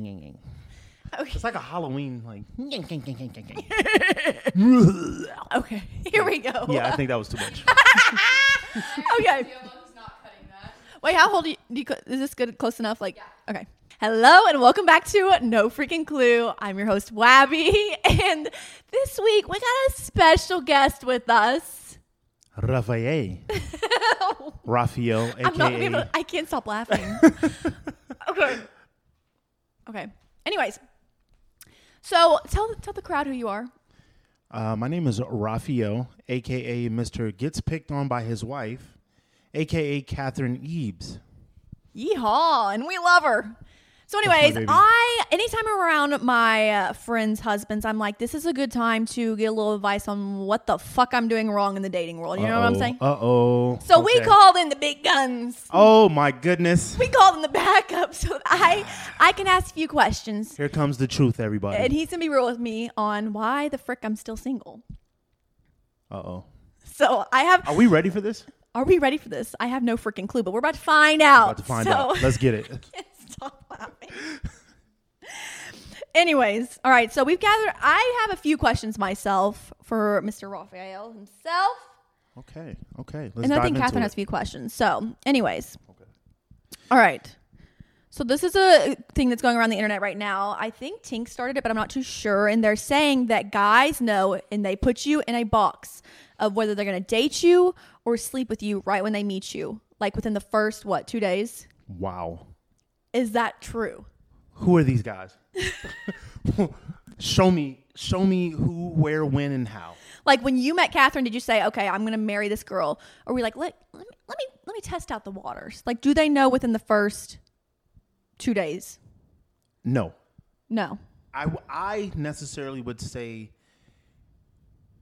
Okay. It's like a Halloween like. Okay. Here we go. Yeah, I think that was too much. Okay. Who's not cutting that? Wait, how old are you, do you? cl- Is this good? Close enough? Like, okay. Hello and welcome back to No Freaking Clue. I'm your host Wabby, and this week we got a special guest with us. Raphael. Raphael, aka. I'm not gonna be able. I can't stop laughing. okay. Okay. Anyways, so tell tell the crowd who you are. Uh, my name is Raphael, aka Mr. Gets Picked On by His Wife, aka Catherine Eaves. Yeehaw, and we love her. So, my anyways, baby. I anytime I'm around my uh, friends' husbands, I'm like, this is a good time to get a little advice on what the fuck I'm doing wrong in the dating world. You know what I'm saying? Uh oh. so we called in the big guns. Oh my goodness. We called in the backup, so that I I can ask a few questions, Here comes the truth, everybody. and he's gonna be real with me on why the frick I'm still single. uh oh. So I have. Are we ready for this? Are we ready for this? I have no freaking clue, but we're about to find About out. to find Oh, So- out. Let's get it. Stop laughing. Anyways, all right. So we've gathered. I have a few questions myself for Mr. Raphael himself, Okay. Okay. Let's and I dive think into Catherine it. has a few questions. So, anyways, all right. So this is a thing that's going around the internet right now. I think Tink started it, but I'm not too sure. And they're saying that guys know, and they put you in a box of whether they're going to date you or sleep with you right when they meet you, like within the first what two days. Wow. Is that true? Who are these guys? show me. Show me who, where, when, and how. Like when you met Catherine, did you say, "Okay, I'm going to marry this girl"? Or were you like, "Let let me, let me let me test out the waters"? Like, do they know within the first two days? No. No. I, w- I necessarily would say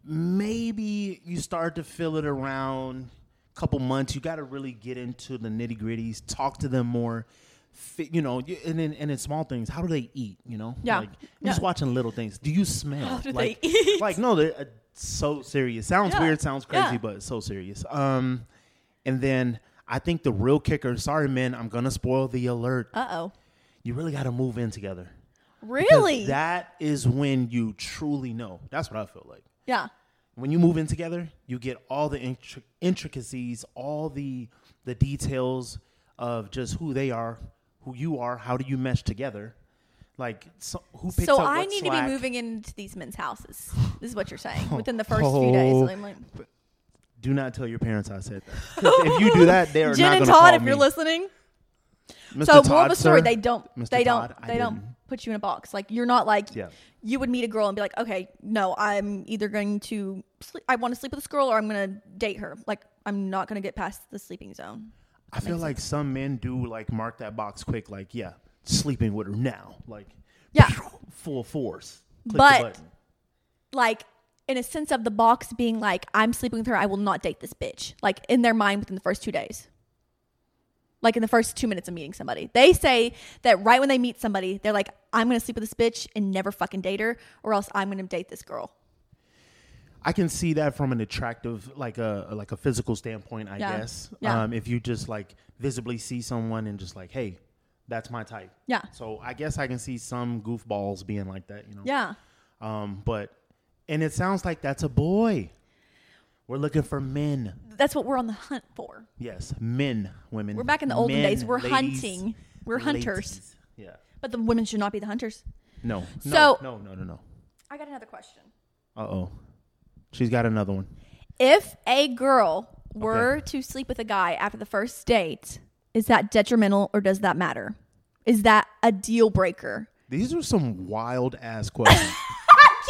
maybe you start to feel it around a couple months. You got to really get into the nitty gritties, talk to them more. Fi- You know, y- and in, and in small things, how do they eat? You know, Yeah. like, I'm just Yeah. watching little things. Do you smell? How do they like, eat? like no, they're uh, so serious. Sounds Yeah. weird, sounds crazy, Yeah. but it's so serious. Um, and then I think the real kicker. Sorry, men, I'm gonna spoil the alert. Uh oh. You really got to move in together. Because Really? That is when you truly know. That's what I feel like. yeah. When you move in together, you get all the intri- intricacies, all the the details of just who they are, who you are, how do you mesh together? Like so, who picks So up I what need to slack. be moving into these men's houses. This is what you're saying. Within the first few days, Oh. I'm like, Do not tell your parents I said that. 'Cause if you do that, they're Jen not and gonna call Todd, if me. you're listening. Mr. So moral Todd, of the story, sir, they don't, Mr. they Todd, don't, I they don't didn't. put you in a box. Like you're not like Yeah. you would meet a girl and be like, okay, no, I'm either going to, sleep, I want to sleep with this girl or I'm going to date her. Like I'm not going to get past the sleeping zone. I feel like some men do like mark that box quick, like yeah, sleeping with her now, like Yeah. full force. Click the But- button. Like in a sense of the box being like, I'm sleeping with her. I will not date this bitch. Like in their mind within the first two days. Like in the first two minutes of meeting somebody, they say that right when they meet somebody, they're like, I'm going to sleep with this bitch and never fucking date her or else I'm going to date this girl. I can see that from an attractive, like a like a physical standpoint, I Yeah. guess. Yeah. Um, if you just like visibly see someone and just like, hey, that's my type. Yeah. So I guess I can see some goofballs being like that, you know. Yeah. Um, but and it sounds like that's a boy. We're looking for men. That's what we're on the hunt for. Yes, men, women. We're back in the olden Men, days. We're ladies, hunting. We're hunters. ladies. Yeah. But the women should not be the hunters. No. So- no, no, no, no. no. I got another question. Uh oh. She's got another one. If a girl were to sleep with a guy after the first date, is that detrimental or does that matter? Is that a deal breaker? These are some wild ass questions.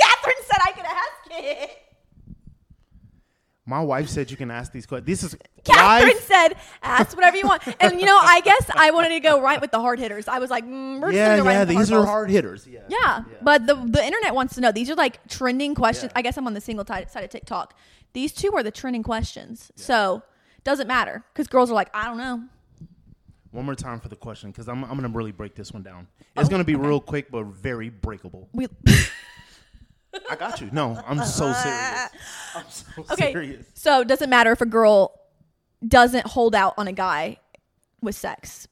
Catherine said I could ask it. My wife said you can ask these questions. This is Catherine live. said, ask whatever you want. And you know, I guess I wanted to go right with the hard hitters. I was like, mm, we're Yeah, yeah. just gonna go right with the These hard are balls. hard hitters. Yeah. Yeah, but the the internet wants to know. These are like trending questions. Yeah. I guess I'm on the single ti- side of TikTok. These two are the trending questions. So doesn't matter because girls are like, I don't know. One more time for the question because I'm, I'm going to really break this one down. It's Oh, going to be real quick but very breakable. We I got you. No, I'm so serious. I'm so okay. serious. So doesn't matter if a girl doesn't hold out on a guy with sex.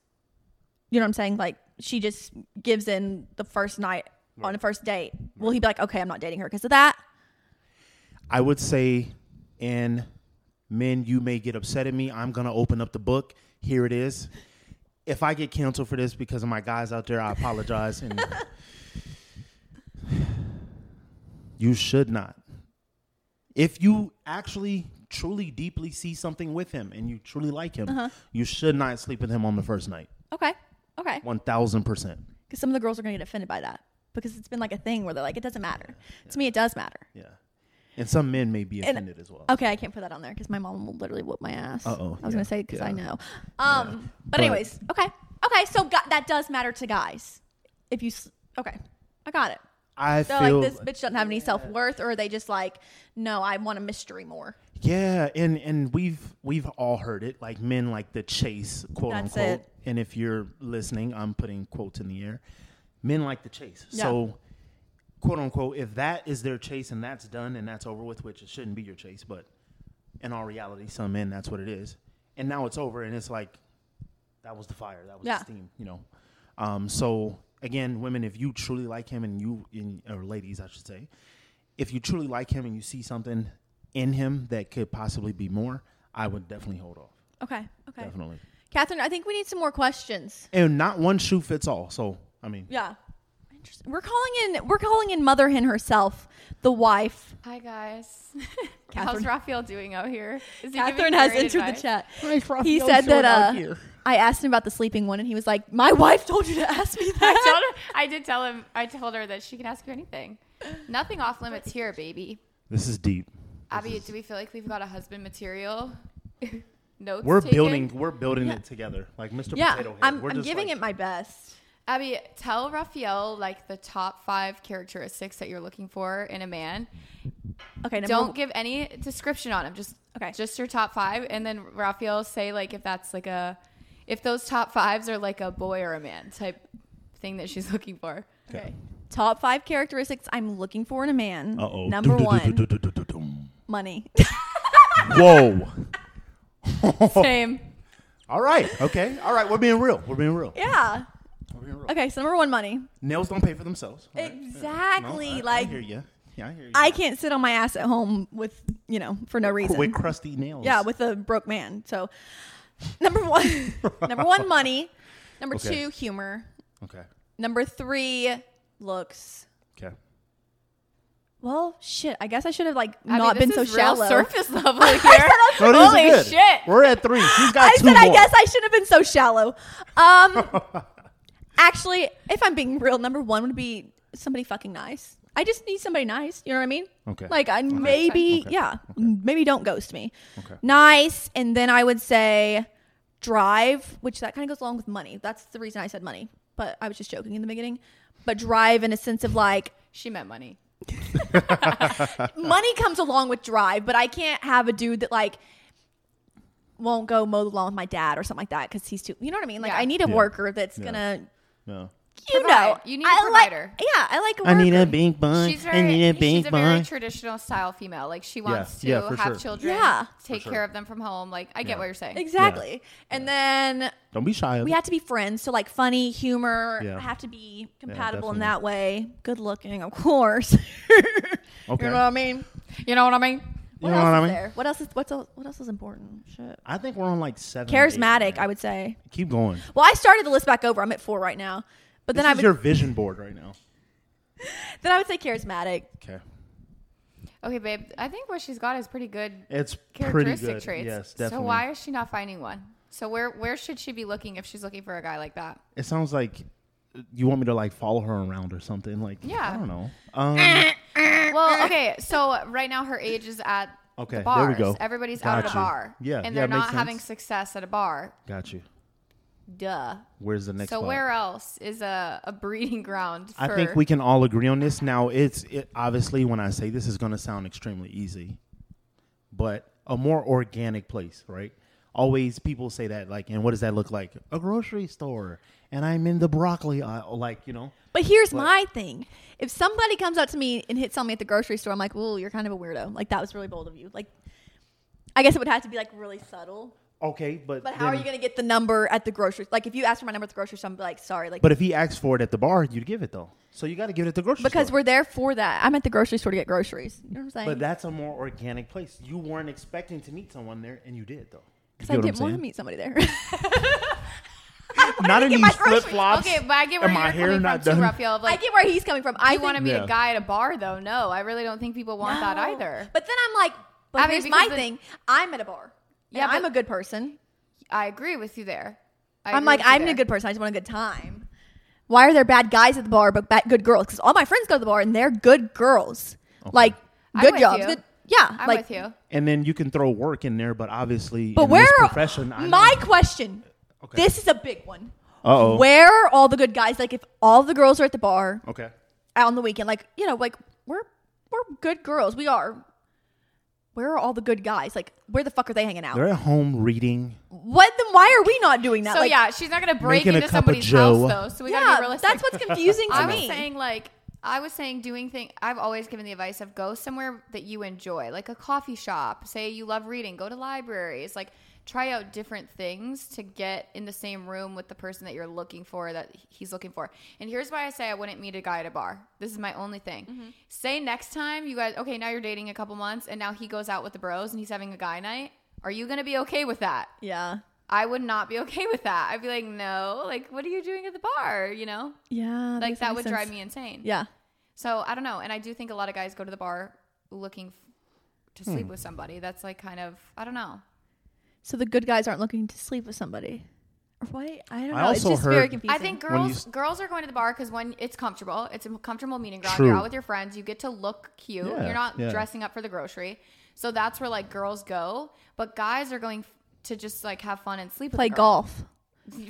You know what I'm saying? Like she just gives in the first night on the first date, will he be like, okay, I'm not dating her because of that? I would say, and men, you may get upset at me. I'm gonna open up the book. Here it is. If I get canceled for this because of my guys out there, I apologize. And you should not. If you actually truly deeply see something with him and you truly like him, Uh-huh. you should not sleep with him on the first night. Okay. Okay. One thousand percent. Because some of the girls are going to get offended by that because it's been like a thing where they're like, it doesn't matter. To me, it does matter. Yeah. And some men may be And- offended as well. Okay, I can't put that on there because my mom will literally whoop my ass. Uh-oh, I was yeah, gonna say because I yeah. know. Um, but, But- anyways, okay, okay. So gu that does matter to guys. If you s- okay, I got it. I They're feel like this bitch doesn't have any self worth, or are they just like, no, I want a mystery more. Yeah, and and we've we've all heard it, like men like the chase, quote That's unquote. it. And if you're listening, I'm putting quotes in the air. Men like the chase. Yeah. So quote unquote, if that is their chase and that's done and that's over with, which it shouldn't be your chase, but in all reality, some men that's what it is. And now it's over and it's like that was the fire, that was Yeah. the steam, you know. Um, so again, women, if you truly like him and you in or ladies, I should say, if you truly like him and you see something in him that could possibly be more, I would definitely hold off. Okay, okay. Definitely. Catherine, I think we need some more questions. And not one shoe fits all. So I mean Yeah, interesting. We're calling in. We're calling in Mother Hen herself, the wife. Hi guys. Catherine- How's Raphael doing out here? Is he giving Catherine has great entered advice? the chat. Raphael, He said short that out uh, here. I asked him about the sleeping one, and he was like, "My wife told you to ask me I that." told her. I did tell him. I told her that she can ask you anything. Nothing off limits here, baby. This is deep. Abby, do we feel like we've got a husband material? Notes. We're taken? building we're building it together. Like Mr. yeah, Potato Head. I'm, we're I'm just giving like- it my best. Abby, tell Raphael like the top five characteristics that you're looking for in a man. Okay, number Don't give any description on him. Just Okay. Just your top five, and then Raphael say like if that's like a, if those top fives are like a boy or a man type thing that she's looking for. okay. Top five characteristics I'm looking for in a man. Uh-oh. Number one, Dum-dum-dum-dum-dum-dum. money. Whoa. Oh. Same. All right. Okay. All right. We're being real. We're being real. yeah. We're being real. Okay, so number one, money. Nails don't pay for themselves. All right. No, Exactly. I- like I hear you. Yeah, I hear you. I can't sit on my ass at home with you know for no reason. with crusty nails. yeah, with a broke man. So number one, number one, money. Number Okay. two, humor. Okay. Number three, looks. Okay. Well, shit. I guess I should have like Abby, not this been so is real shallow. Surface level here. No, these are Holy good. shit. We're at three. He's got I two said I more. guess I shouldn't have been so shallow. Um, actually, if I'm being real, number one would be somebody fucking nice. I just need somebody nice. You know what I mean? Okay. Like I maybe Okay. yeah maybe don't ghost me. Okay. Nice, and then I would say drive, which that kind of goes along with money. That's the reason I said money, but I was just joking in the beginning. But drive in a sense of like She meant money. money comes along with drive, but I can't have a dude that like won't go mow the lawn with my dad or something like that because he's too. You know what I mean? Like Yeah. I need a Yeah. worker that's Yeah. gonna. No. You know, Provide. You need a I like- provider. yeah, I like. A I worker. need a big bun. She's I very, need a she's big a very bun. traditional style female. Like she wants Yeah, yeah, to for have sure. children, Yeah. take For sure. care of them from home. Like I get Yeah. what you're saying. exactly. And then Don't be shy. Of we it. have to be friends, so like funny humor. Yeah. I have to be compatible definitely. in that way. Good looking, of course. Okay. You know what I mean? You know what I mean? What know else what I is mean? there? What else is what's el- what else is important? Shit. I think we're on like seven. or eight, Charismatic, man. I would say. keep going. Well, I started the list back over. I'm at four right now. But This then I is would your vision board right now. then I would say charismatic. Okay. Okay, babe. I think what she's got is pretty good It's pretty characteristic good. traits. Yes, definitely. So why is she not finding one? So where where should she be looking if she's looking for a guy like that? It sounds like you want me to like follow her around or something. Like Yeah. I don't know. Um, Well, okay. So right now her age is at Okay, the there we bars. go. Everybody's Got out at a you. bar. Yeah, and yeah, they're makes not having sense. success at a bar. got you. Duh. Where's the next? so spot? where else is a, a breeding ground? For I think we can all agree on this. Now, it's it, obviously when I say this is going to sound extremely easy, but a more organic place, right? Always people say that, like, and what does that look like? A grocery store, and I'm in the broccoli aisle, like, you know. But here's my thing. If somebody comes up to me and hits on me at the grocery store, I'm like, "Ooh, you're kind of a weirdo." Like that was really bold of you. Like I guess it would have to be like really subtle. Okay, but But how are then- you gonna get the number at the grocery? Like if you ask for my number at the grocery store, I'm like, sorry, like But if he asked for it at the bar, you'd give it though. So you got to give it at the grocery because store. we're there for that. I'm at the grocery store to get groceries. You know what I'm saying? But that's a more organic place. You weren't expecting to meet someone there, and you did though. You Because I get what I'm didn't want to saying? meet somebody there. Not in get my these groceries. flip flops. Okay, but I get where and my you're hair coming not from done. too, Raphael. of, I Like, get where he's coming from. I you want to think- meet Yeah. a guy at a bar, though? No, I really don't think people want that No. either. But then I'm like, but I mean, here's because my the- thing. I'm at a bar. Yeah, Yeah, but- I'm a good person. I agree with you there. I I'm agree like, with you I'm a there. good person. I just want a good time. Why are there bad guys at the bar but bad, good girls? Because all my friends go to the bar and they're good girls. Like I'm good with jobs. you. Good, yeah. I'm like, with you. and then you can throw work in there, but obviously, But in where this are profession, I my know- question? Okay. Oh. This is a big one. Uh-oh. Where are all the good guys? Like, if all the girls are at the bar okay, out on the weekend, like you know, like we're we're good girls. We are. Where are all the good guys? Like, where the fuck are they hanging out? they're at home reading. What? Then why are we not doing that? So Like, yeah, she's not gonna break Making a into cup of somebody's house Joe. though. So we yeah, gotta be realistic. that's what's confusing to I was me. saying like I was saying doing thing. I've always given the advice of go somewhere that you enjoy, like a coffee shop. Say you love reading, go to libraries. Like try out different things to get in the same room with the person that you're looking for that he's looking for. And here's why I say I wouldn't meet a guy at a bar. This is my only thing. Say next time you guys okay, now you're dating a couple months and now he goes out with the bros and he's having a guy night. Are you going to be okay with that? yeah, I would not be okay with that. I'd be like, "No, like what are you doing at the bar?" you know? yeah, Like that would drive me insane. Yeah, So I don't know, and I do think a lot of guys go to the bar looking f- to Hmm. sleep with somebody. That's like kind of I don't know. so the good guys aren't looking to sleep with somebody. Or What? I don't know. I it's also just very heard- confusing. I think When you girls s- girls are going to the bar because when it's comfortable, it's a comfortable meeting ground. True. You're out with your friends, you get to look cute. Yeah, You're not yeah. dressing up for the grocery, so that's where like girls go. But guys are going f- to just like have fun and sleep. with play a girl. golf.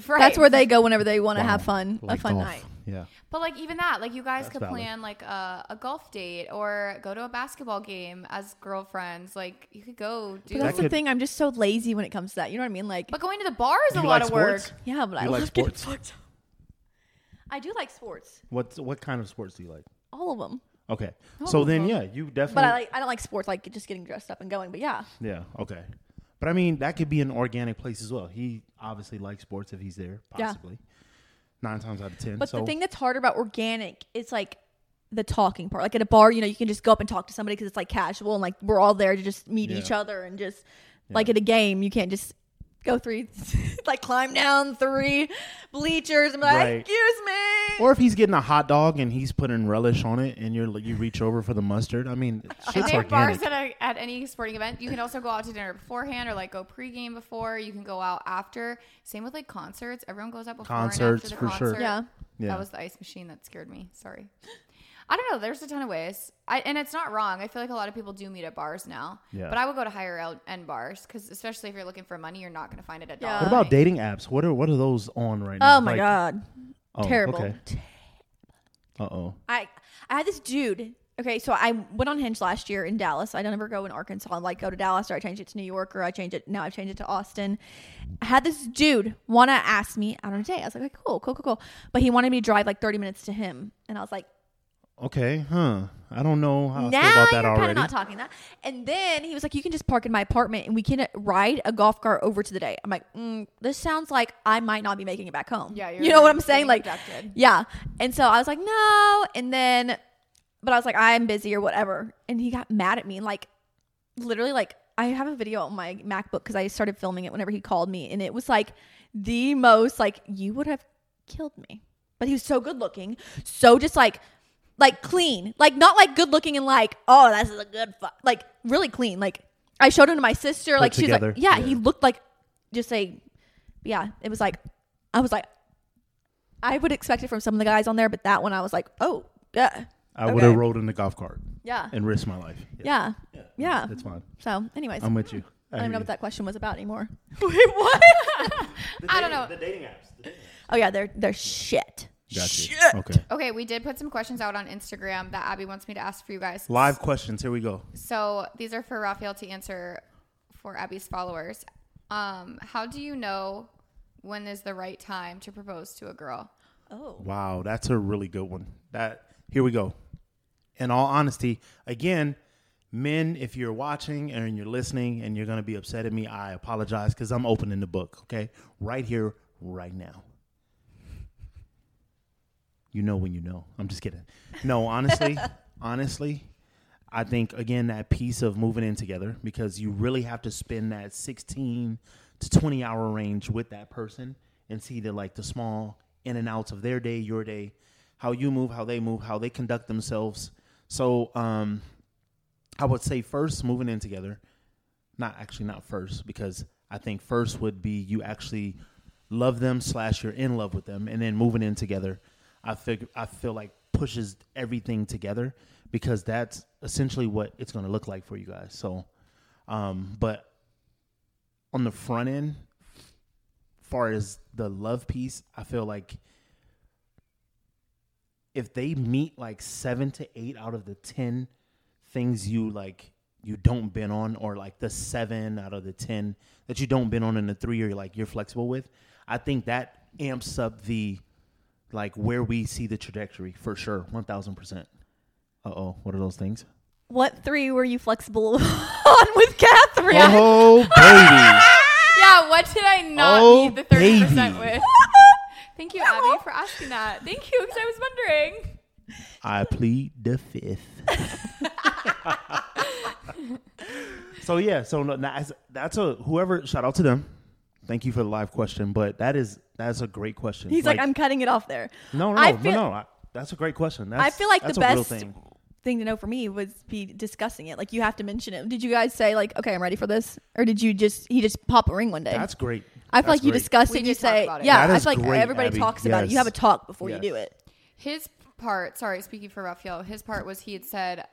Right. That's where they go whenever they want to Wow. have fun, a fun golf. night. Yeah. But like even that, like you guys That's could valid. plan like a, a golf date or go to a basketball game as girlfriends. Like you could go do. But that's That the could- thing. I'm just so lazy when it comes to that. You know what I mean? Like, but going to the bar is a You lot like of work. sports? yeah, but I You love like getting sports? fucked up. I do like sports, What what kind of sports do you like? all of them. Okay, so then yeah, you definitely. Oh, But I like, I don't like sports like just getting dressed up and going. But yeah, Yeah. Okay. But I mean, that could be an organic place as well. He obviously likes sports if he's there, Yeah. possibly. Nine times out of ten. But so the thing that's harder about organic is like the talking part. Like at a bar, you know, you can just go up and talk to somebody because it's like casual and like we're all there to just meet Yeah. each other and just like at a game, you can't just go three, like climb down three bleachers and be like, Right. excuse me. or if he's getting a hot dog and he's putting relish on it, and you're you reach over for the mustard. I mean, And shit's there are bars organic. at, a, at any sporting event. You can also go out to dinner beforehand or like go pregame before. You can go out after. Same with like concerts. Everyone goes out before Concerts, and after the for sure. concert. Yeah. Yeah. That was the ice machine that scared me. Sorry. I don't know. There's a ton of ways. I, and it's not wrong. I feel like a lot of people do meet at bars now. Yeah. But I would go to higher el- end bars because, especially if you're looking for money, you're not going to find it at Yeah. Dollar What about Tree. dating apps? What are what are those on right now? oh, Oh my God. Terrible. Uh oh. I I had this dude. Okay, so I went on Hinge last year in Dallas. I don't ever go in Arkansas. I like go to Dallas or I change it to New York or I change it now I've changed it to Austin. I had this dude wanna ask me out on a date. I was like, okay, cool, cool, cool, cool. But he wanted me to drive like thirty minutes to him. And I was like, Okay. Huh. I don't know how I feel now about that you're kind already. of not talking that. And then he was like, "You can just park in my apartment, and we can ride a golf cart over to the day." I'm like, mm, "This sounds like I might not be making it back home." Yeah, you you're know what I'm saying? getting Like, abducted. yeah. And so I was like, "No," and then, but I was like, "I'm busy" or whatever. And he got mad at me, and like, literally, like I have a video on my MacBook because I started filming it whenever he called me, and it was like the most like you would have killed me. But he was so good looking, so just like like clean, like not like good looking and like oh this is a good fu-. like really clean. Like I showed him to my sister, like she's like together. yeah, he Yeah. looked like just a yeah. It was like I was like I would expect it from some of the guys on there, but that one I was like oh yeah I would have Okay. rolled in the golf cart yeah and risked my life. Yeah. yeah yeah. That's fine. So anyways, I'm with you. I don't know what that. that question was about anymore. Wait, what? I don't know. dating apps. The dating oh yeah, they're they're shit. Shit. Okay. Okay, we did put some questions out on Instagram that Abby wants me to ask for you guys. Live questions. Here we go. So these are for Raphael to answer for Abby's followers. Um, how do you know when is the right time to propose to a girl? Oh. Wow, that's a really good one. That here we go. In all honesty, again, Men, if you're watching and you're listening and you're going to be upset at me, I apologize because I'm opening the book, okay? Right here, right now. You know when you know. I'm just kidding. No, honestly, honestly, I think, again, that piece of moving in together because you really have to spend that 16 to 20 hour range with that person and see the like the small in and outs of their day, your day, how you move, how they move, how they conduct themselves. So, um, I would say first moving in together. Not actually not first because I think first would be you actually love them slash you're in love with them and then moving in together. I fig- I feel like pushes everything together because that's essentially what it's going to look like for you guys. So, um, but on the front end, far as the love piece, I feel like if they meet like seven to eight out of the ten things you like you don't bend on or like the seven out of the ten that you don't bend on and the three you're like you're flexible with i think that amps up the like where we see the trajectory for sure 1000% uh-oh what are those things What three were you flexible on with Catherine? oh baby Yeah, what did I not Oh, need the thirty percent baby. with? Thank you, Abby, for asking that. Thank you, because I was wondering. i plead the fifth so yeah so no, that's, that's a whoever shout out to them thank you for the live question but that is that's a great question He's like, I'm cutting it off there. No, no, I no, feel- no. I, that's a great question. That's, I feel like the that's a real best thing. thing. to know for me was be discussing it. Like you have to mention it. Did you guys say like, okay, I'm ready for this, or did you just he just pop a ring one day? That's great. I That's feel like you great. discuss We it. did You talk say, about it. yeah. That is I feel like great, everybody Abby. talks about it. You Yes. have a talk before Yes. you do it. His part, sorry, speaking for Raphael, his part was he had said,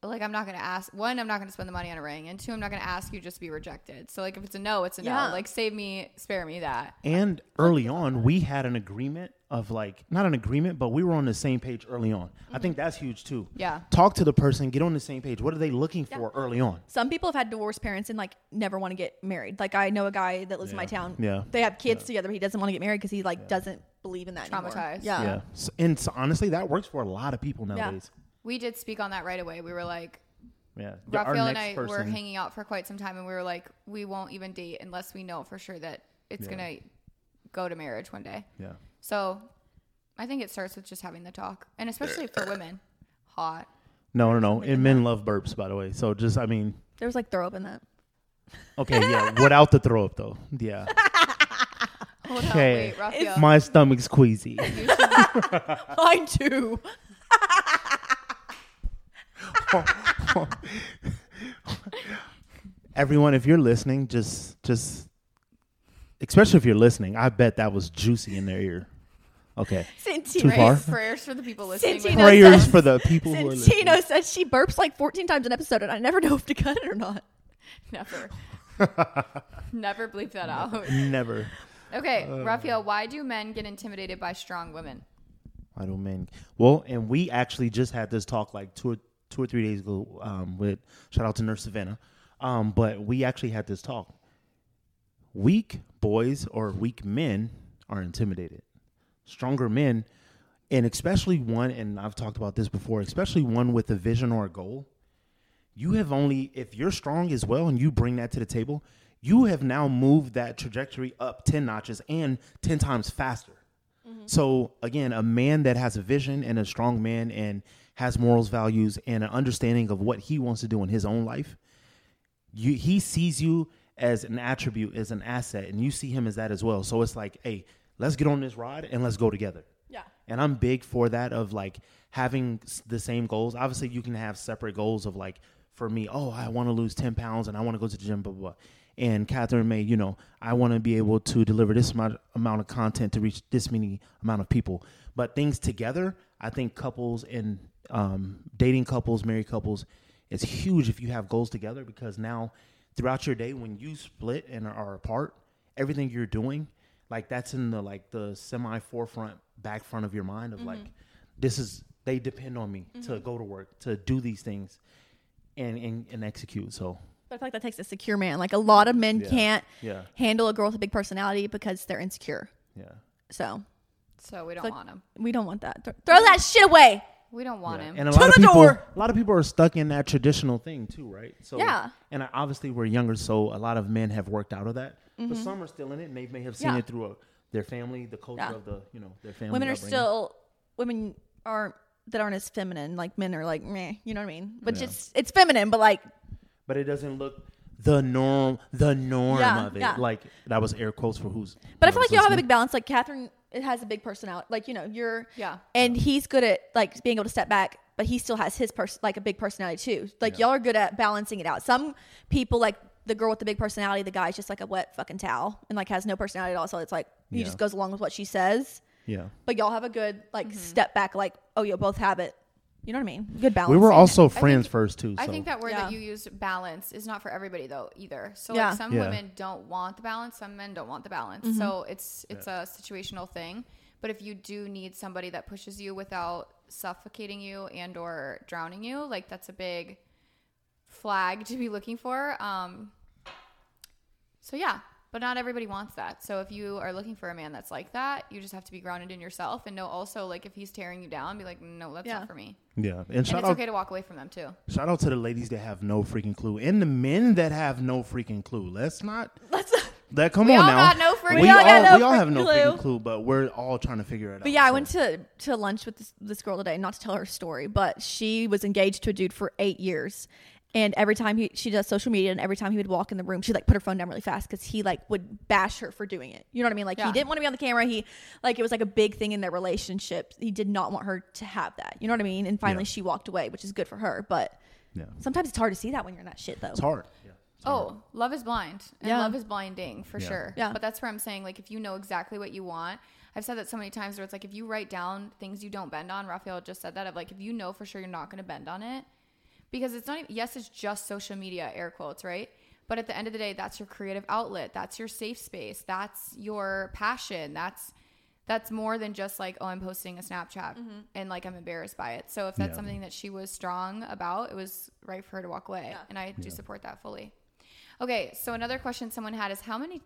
like, I'm not going to ask, one, I'm not going to spend the money on a ring, and two, I'm not going to ask you just to be rejected. So, like, if it's a no, it's a Yeah. no. Like, save me, spare me that. And early on, we had an agreement of like not an agreement, but we were on the same page early on. I Mm-hmm. think that's huge too. Yeah. Talk to the person, get on the same page. What are they looking for early on? Some people have had divorced parents and like never want to get married. Like I know a guy that lives in my town. Yeah. They have kids together. But he doesn't want to get married because he like doesn't believe in that. anymore. Traumatized. Yeah. yeah. So, and so, honestly, that works for a lot of people nowadays. We did speak on that right away. We were like, Yeah. Our Raphael and I next were person- hanging out for quite some time, and we were like, we won't even date unless we know for sure that it's Yeah. going to go to marriage one day. Yeah. So I think it starts with just having the talk, and especially for women. Hot. No, no, no. And men love burps, by the way. So just, I mean, There was like throw up in that. okay, yeah. without the throw up though. Yeah. Hold on, Okay. wait, Raphael. My stomach's queasy. Mine too. everyone if you're listening just just especially if you're listening i bet that was juicy in their ear okay Too far? Santino. Prayers, prayers for the people listening. Santino. Like, prayers for the people who are listening Santino says she burps like 14 times an episode, and I never know if to cut it or not. Never. Never bleep that out. never Okay, Uh. Raphael, why do men get intimidated by strong women? i don't mean well and we actually just had this talk like two or two or three days ago um, with shout out to nurse savannah um, but we actually had this talk weak boys or weak men are intimidated stronger men and especially one and i've talked about this before especially one with a vision or a goal you have only if you're strong as well and you bring that to the table you have now moved that trajectory up 10 notches and 10 times faster so again a man that has a vision and a strong man and has morals values and an understanding of what he wants to do in his own life you he sees you as an attribute as an asset and you see him as that as well so it's like hey let's get on this ride and let's go together Yeah. and I'm big for that of like having s- the same goals. Obviously, you can have separate goals of like for me, oh, I want to lose 10 pounds and I want to go to the gym, blah, blah, blah. And Catherine May, you know, I want to be able to deliver this amount, amount of content to reach this many amount of people. But things together, I think couples and um, dating couples, married couples, it's huge if you have goals together because now throughout your day, when you split and are apart, everything you're doing, like that's in the like the semi forefront back front of your mind of like Mm-hmm. this is they depend on me to go to work to do these things and and, and execute so But I feel like that takes a secure man. Like a lot of men Yeah. can't Yeah. handle a girl with a big personality because they're insecure. yeah So So we don't Like- want them. we don't want that. Th- throw that shit away. We don't want Yeah, him. And a To lot of the people, door. a lot of people are stuck in that traditional thing too, right? So Yeah. And I- obviously, we're younger, so a lot of men have worked out of that, but some are still in it, and they may have seen Mm-hmm. Yeah. it through a, their family, the culture Yeah. of the, you know, their family. women are upbringing. still women aren't that aren't as feminine. Like men are like meh, you know what I mean? But Yeah. it's it's feminine, but like but it doesn't look the norm, the norm Yeah, of it. yeah. Like that was air quotes for who's. But I whoever's feel like y'all have a listening. big balance. Like Catherine it has a big personality. Like, you know, you're Yeah. And he's good at like being able to step back, but he still has his person like a big personality too. Like Yeah. y'all are good at balancing it out. Some people like the girl with the big personality, the guy's just like a wet fucking towel and like has no personality at all. So it's like he Yeah. just goes along with what she says. Yeah. But y'all have a good like step back, like, oh you both have it. You know what I mean? Good balance. We were also think- friends first too. So. I think that word that Yeah. you used, balance, is not for everybody though either. So Yeah. Mm-hmm. like some Yeah. women don't want the balance, some men don't want the balance. So it's it's a situational thing. But if you do need somebody that pushes you without suffocating you and or drowning you, like that's a big flag to be looking for. Um, so yeah, but not everybody wants that. So if you are looking for a man that's like that, you just have to be grounded in yourself and know also like if he's tearing you down, be like, no, that's Yeah. not for me. yeah, and, And shout it's out, okay to walk away from them too. shout out to the ladies that have no freaking clue, and the men that have no freaking clue. Let's not. Let's That come We on all now. got no freaking- we We all all, got no we all have freaking no clue. freaking clue, but we're all trying to figure it out. But yeah, I so. went to to lunch with this, this girl today, not to tell her story, but she was engaged to a dude for eight years. And every time he, she does social media, and every time he would walk in the room, she like put her phone down really fast because he like would bash her for doing it. You know what I mean? Like he Yeah. didn't want to be on the camera. He like it was like a big thing in their relationship. He did not want her to have that. You know what I mean? And finally, Yeah. she walked away, which is good for her. But Yeah. sometimes it's hard to see that when you're in that shit, though. It's hard. Yeah. Oh, love is blind. And Yeah. love is blinding for Yeah. sure. Yeah. But that's where I'm saying, like, if you know exactly what you want, I've said that so many times where it's like, if you write down things you don't bend on, Raphael just said that, of like, if you know for sure you're not going to bend on it, because it's not even, yes, it's just social media, air quotes, right? But at the end of the day, that's your creative outlet. That's your safe space. That's your passion. That's, that's more than just like, oh, I'm posting a Snapchat and like I'm embarrassed by it. So if that's Yeah. something that she was strong about, it was right for her to walk away. And I do support that fully. Okay, so another question someone had is how many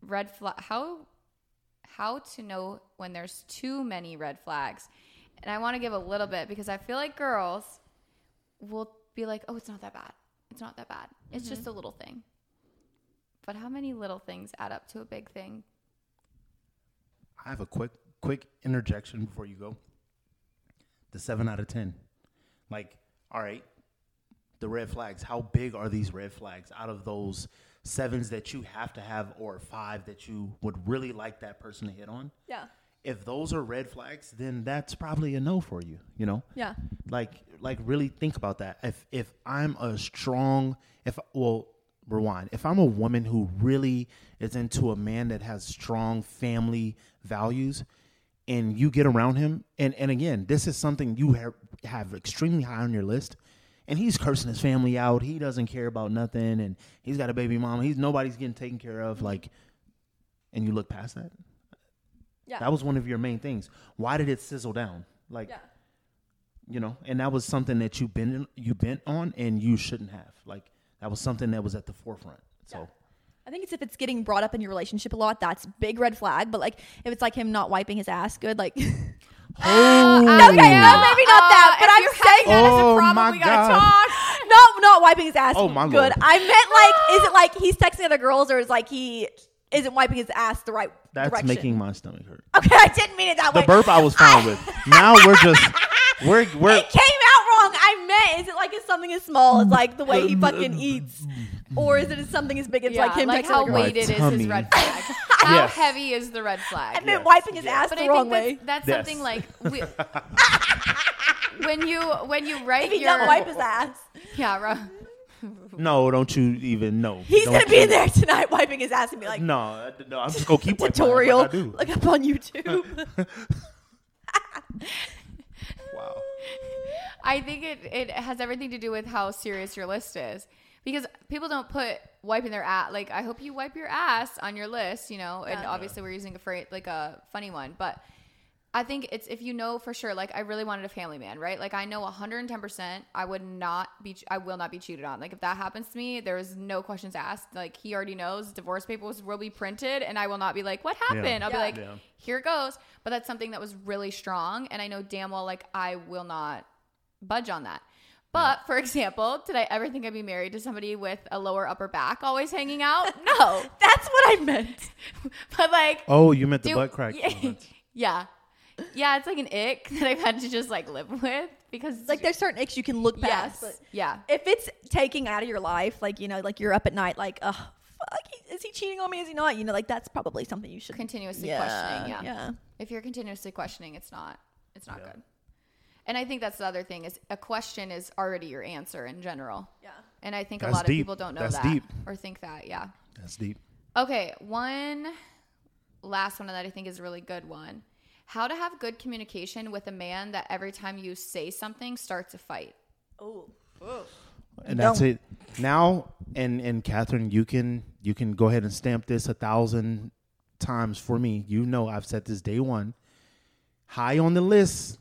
red flag how how to know when there's too many red flags. And I want to give a little bit because I feel like girls will be like, "Oh, it's not that bad. It's not that bad. It's Mm-hmm. just a little thing." But how many little things add up to a big thing? I have a quick quick interjection before you go. The seven out of ten. Like, all right, the red flags. How big are these red flags out of those sevens that you have to have or five that you would really like that person to hit on? Yeah, If those are red flags, then that's probably a no for you, you know? yeah, like like really think about that if if i'm a strong if well rewind if i'm a woman who really is into a man that has strong family values and you get around him and and again this is something you have have extremely high on your list and he's cursing his family out he doesn't care about nothing and he's got a baby mama he's nobody's getting taken care of like and you look past that yeah. that was one of your main things why did it sizzle down like you know and that was something that you been you bent on and you shouldn't have like that was something that was at the forefront so I think it's if it's getting brought up in your relationship a lot, that's big red flag. But like if it's like him not wiping his ass good, like no, Ah, oh, okay, no, maybe not that. Uh, But if I'm you're saying having that as a Oh problem, my we gotta God. talk. No, not wiping his ass. Oh, my good. Lord. I meant like, is it like he's texting other girls, or is like he isn't wiping his ass the right that's direction? making my stomach hurt okay, I didn't mean it that the way. burp i was fine with now we're just we're we're it came out wrong. I meant, is it like it's something as small as like the way he fucking eats, or is it as something as big as like him texting how other girls? My weighted is tummy. his red flag? how Yes. heavy is the red flag? I meant Yes, wiping his ass but the I wrong think that's, way. that's Yes. something like we, when you when you write If he your doesn't wipe his ass. yeah right. no don't you even know He's Don't gonna be you- in there tonight wiping his ass and be like, no I- no i'm just gonna keep wiping my ass like tutorial. I do. Look up on YouTube. wow I think it, it has everything to do with how serious your list is. Because people don't put wiping their ass like I hope you wipe your ass on your list, you know. And Yeah. obviously we're using a phrase like a funny one, but I think it's if you know for sure, like I really wanted a family man, right? Like I know 110% I would not be, I will not be cheated on. Like if that happens to me, there is no questions asked. Like he already knows divorce papers will be printed and I will not be like, what happened? I'll be Yeah. like, Yeah. here it goes. But that's something that was really strong. And I know damn well, like I will not budge on that. But for example, did I ever think I'd be married to somebody with a lower upper back always hanging out? No. That's what I meant. but like, Oh, you meant the do- butt crack. Yeah, comment. yeah, yeah. It's like an ick that I've had to just like live with because Like there's certain icks you can look yes, past. But yeah. if it's taking out of your life, like you know, like you're up at night, like oh fuck, he- is he cheating on me? Is he not? You know, like that's probably something you should Continuously Yeah, questioning. Yeah. yeah. If you're continuously questioning, it's not. It's not Yeah. good. And I think that's the other thing is a question is already your answer in general. Yeah. And I think a That's lot of deep. people don't know That's that deep. or think that. Yeah. That's deep. Okay, one last one that I think is a really good one. How to have good communication with a man that every time you say something starts a fight. Oh. and that's Don't. it. Now, and and Catherine, you can you can go ahead and stamp this a thousand times for me. You know, I've said this day one. High on the list,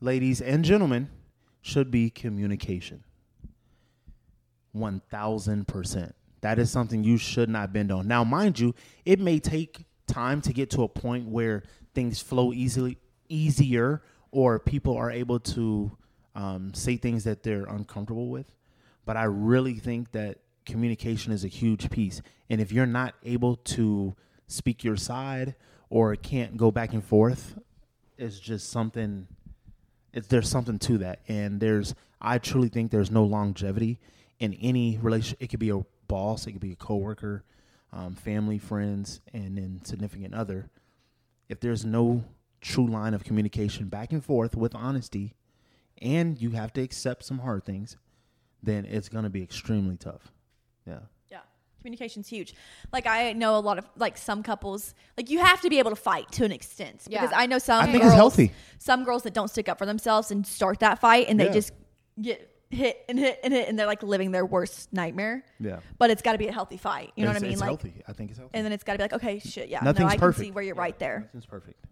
ladies and gentlemen, should be communication. One thousand percent. That is something you should not bend on. Now, mind you, it may take time to get to a point where things flow easily, easier, or people are able to um, say things that they're uncomfortable with. But I really think that communication is a huge piece. And if you're not able to speak your side or can't go back and forth, it's just something it's, there's something to that, and there's I truly think there's no longevity in any relation. It could be a boss, it could be a coworker, um, family, friends, and then significant other. If there's no true line of communication back and forth with honesty, and you have to accept some hard things, then it's gonna be extremely tough. Yeah, Yeah. Communication's huge. Like I know a lot of like some couples, like you have to be able to fight to an extent Yeah. because I know some I think girls, it's healthy. some girls that don't stick up for themselves and start that fight and they Yeah. just get hit and hit and hit and they're like living their worst nightmare. Yeah. But it's got to be a healthy fight. You know It's- what I mean? It's like healthy. I think it's healthy. and then it's got to be like okay, shit, yeah. no, Nothing's I perfect. can see where you're right there. Nothing's perfect.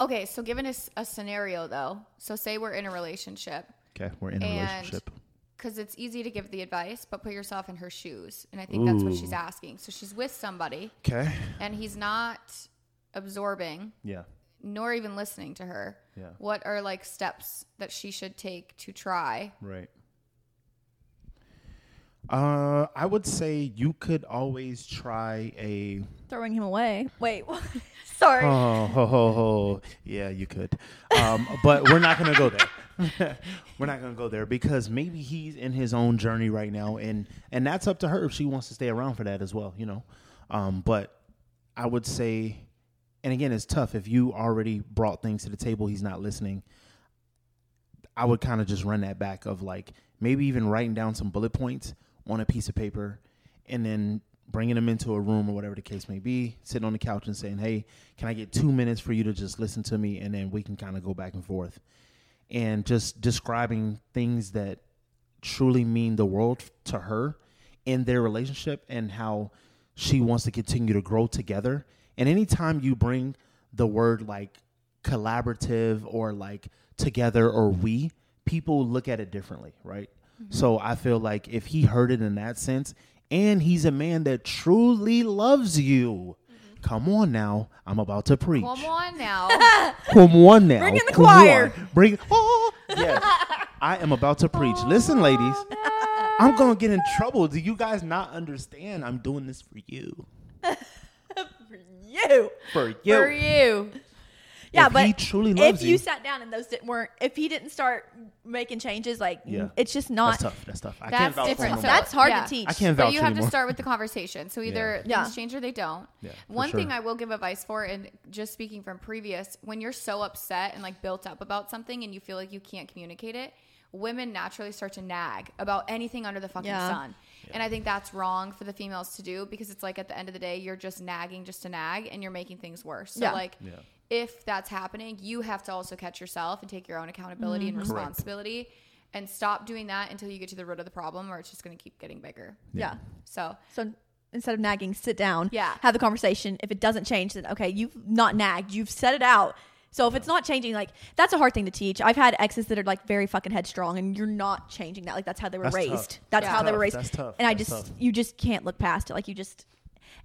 Okay, so given us a scenario though, so say we're in a relationship Okay, we're in a And- relationship. because it's easy to give the advice, but put yourself in her shoes. And I think that's what she's Ooh. asking. So she's with somebody Okay. and he's not absorbing Yeah. nor even listening to her. Yeah. What are like steps that she should take to try? Right. Uh, I would say you could always try a. Throwing him away. Wait. Sorry. Oh, ho, ho, ho. yeah, you could. Um, but we're not gonna go there. we're not gonna go there because maybe he's in his own journey right now, and and that's up to her if she wants to stay around for that as well, you know. Um, but I would say, and again, it's tough if you already brought things to the table. He's not listening. I would kind of just run that back of like maybe even writing down some bullet points on a piece of paper and then bringing them into a room or whatever the case may be, sitting on the couch and saying, Hey, can I get two minutes for you to just listen to me? And then we can kind of go back and forth and just describing things that truly mean the world to her in their relationship and how she wants to continue to grow together. And anytime you bring the word like collaborative or like together or we, people look at it differently, right? So I feel like if he heard it in that sense, and he's a man that truly loves you. Come on now, I'm about to preach. Come on now. Come on now. Bring in the Come choir. on. Bring. Oh, yes. I am about to preach. Listen, ladies, I'm gonna get in trouble. Do you guys not understand? I'm doing this for you. you. For you. For you. Yeah, If but he truly loves if you, you- sat down and those didn't weren't, if he didn't start making changes, like Yeah. it's just That's not. tough. That's tough. I That's can't vouch different. for him. So That's hard Yeah. to teach. I can't But vouch you have anymore. to start with the conversation. So either Yeah. things change or they don't. Yeah, for One thing sure. I will give advice for, and just speaking from previous, when you're so upset and like built up about something and you feel like you can't communicate it, women naturally start to nag about anything under the fucking Yeah. sun. And I think that's wrong for the females to do because it's like at the end of the day, you're just nagging just to nag and you're making things worse. So Yeah. like Yeah. if that's happening, you have to also catch yourself and take your own accountability Mm-hmm. and Correct. responsibility and stop doing that until you get to the root of the problem or it's just going to keep getting bigger. Yeah. So So instead of nagging, sit down, Yeah. have the conversation. If it doesn't change, then okay, you've not nagged, you've set it out. So if it's not changing, like that's a hard thing to teach. I've had exes that are like very fucking headstrong, and you're not changing that. Like that's how they were That's tough. raised. That's Yeah. how they were Tough. raised. That's tough. And I That's just tough. you just can't look past it. Like you just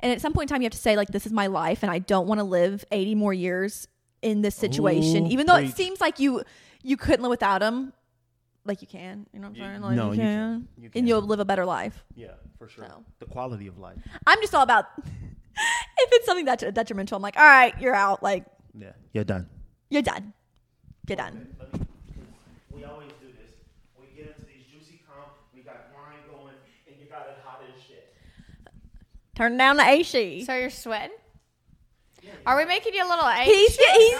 and at some point in time you have to say like this is my life and I don't want to live 80 more years in this situation Ooh, even though preach. it seems like you you couldn't live without him like you can you know what I'm You- saying like no, you, you can. can. You can. and you'll live a better life Yeah, for sure. So. The quality of life. I'm just all about if it's something that's detrimental I'm like all right you're out like Yeah, you're done. you're done you're done we always do this. We get into these juicy comp. We got wine going, and you got it hot as shit. turn down the AC So you're sweating? Are we making you a little anxious? he's he's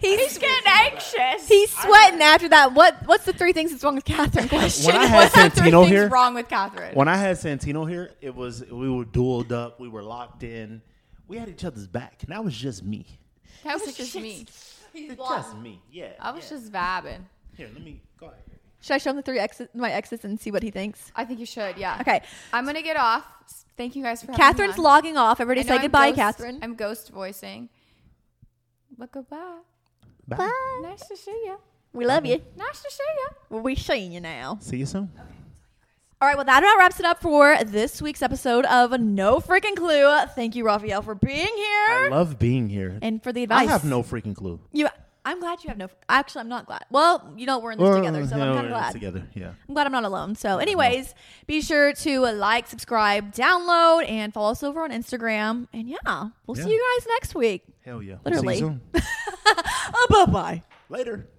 he's, He's getting anxious. he's sweating after that what what's the three things that's wrong with Catherine question When I had Three Santino things here, wrong with Catherine. when I had Santino here, it was we were dueled up. We were locked in. We had each other's back, and that was just me. That was just me. He's Just me. Yeah. I was yeah. just vibing. here. Let me go ahead. Should I show him the three exes, my exes, and see what he thinks? I think you should, yeah. Okay. I'm gonna get off. Thank you guys for having me Catherine's on. logging off. I Everybody know say I'm goodbye, ghost- Catherine. I'm ghost voicing. But goodbye. Bye. Bye. Nice to see you. We love you. Nice to see you. Well, we seeing you now. See you soon. All right, well, that about wraps it up for this week's episode of No Freaking Clue. Thank you, Raphael, for being I here love being here. and for the I advice. have no freaking clue. You, I'm glad you have no. Actually, I'm not glad. Well, you know, we're in this Or, together, so yeah, I'm we're kind in of it glad. Together, yeah. I'm glad I'm not alone. So, anyways, be sure to uh, like, subscribe, download, and follow us over on Instagram. And yeah, we'll see Yeah. you guys next week. Hell yeah. We'll Literally. See you soon. Uh, bye bye. Later.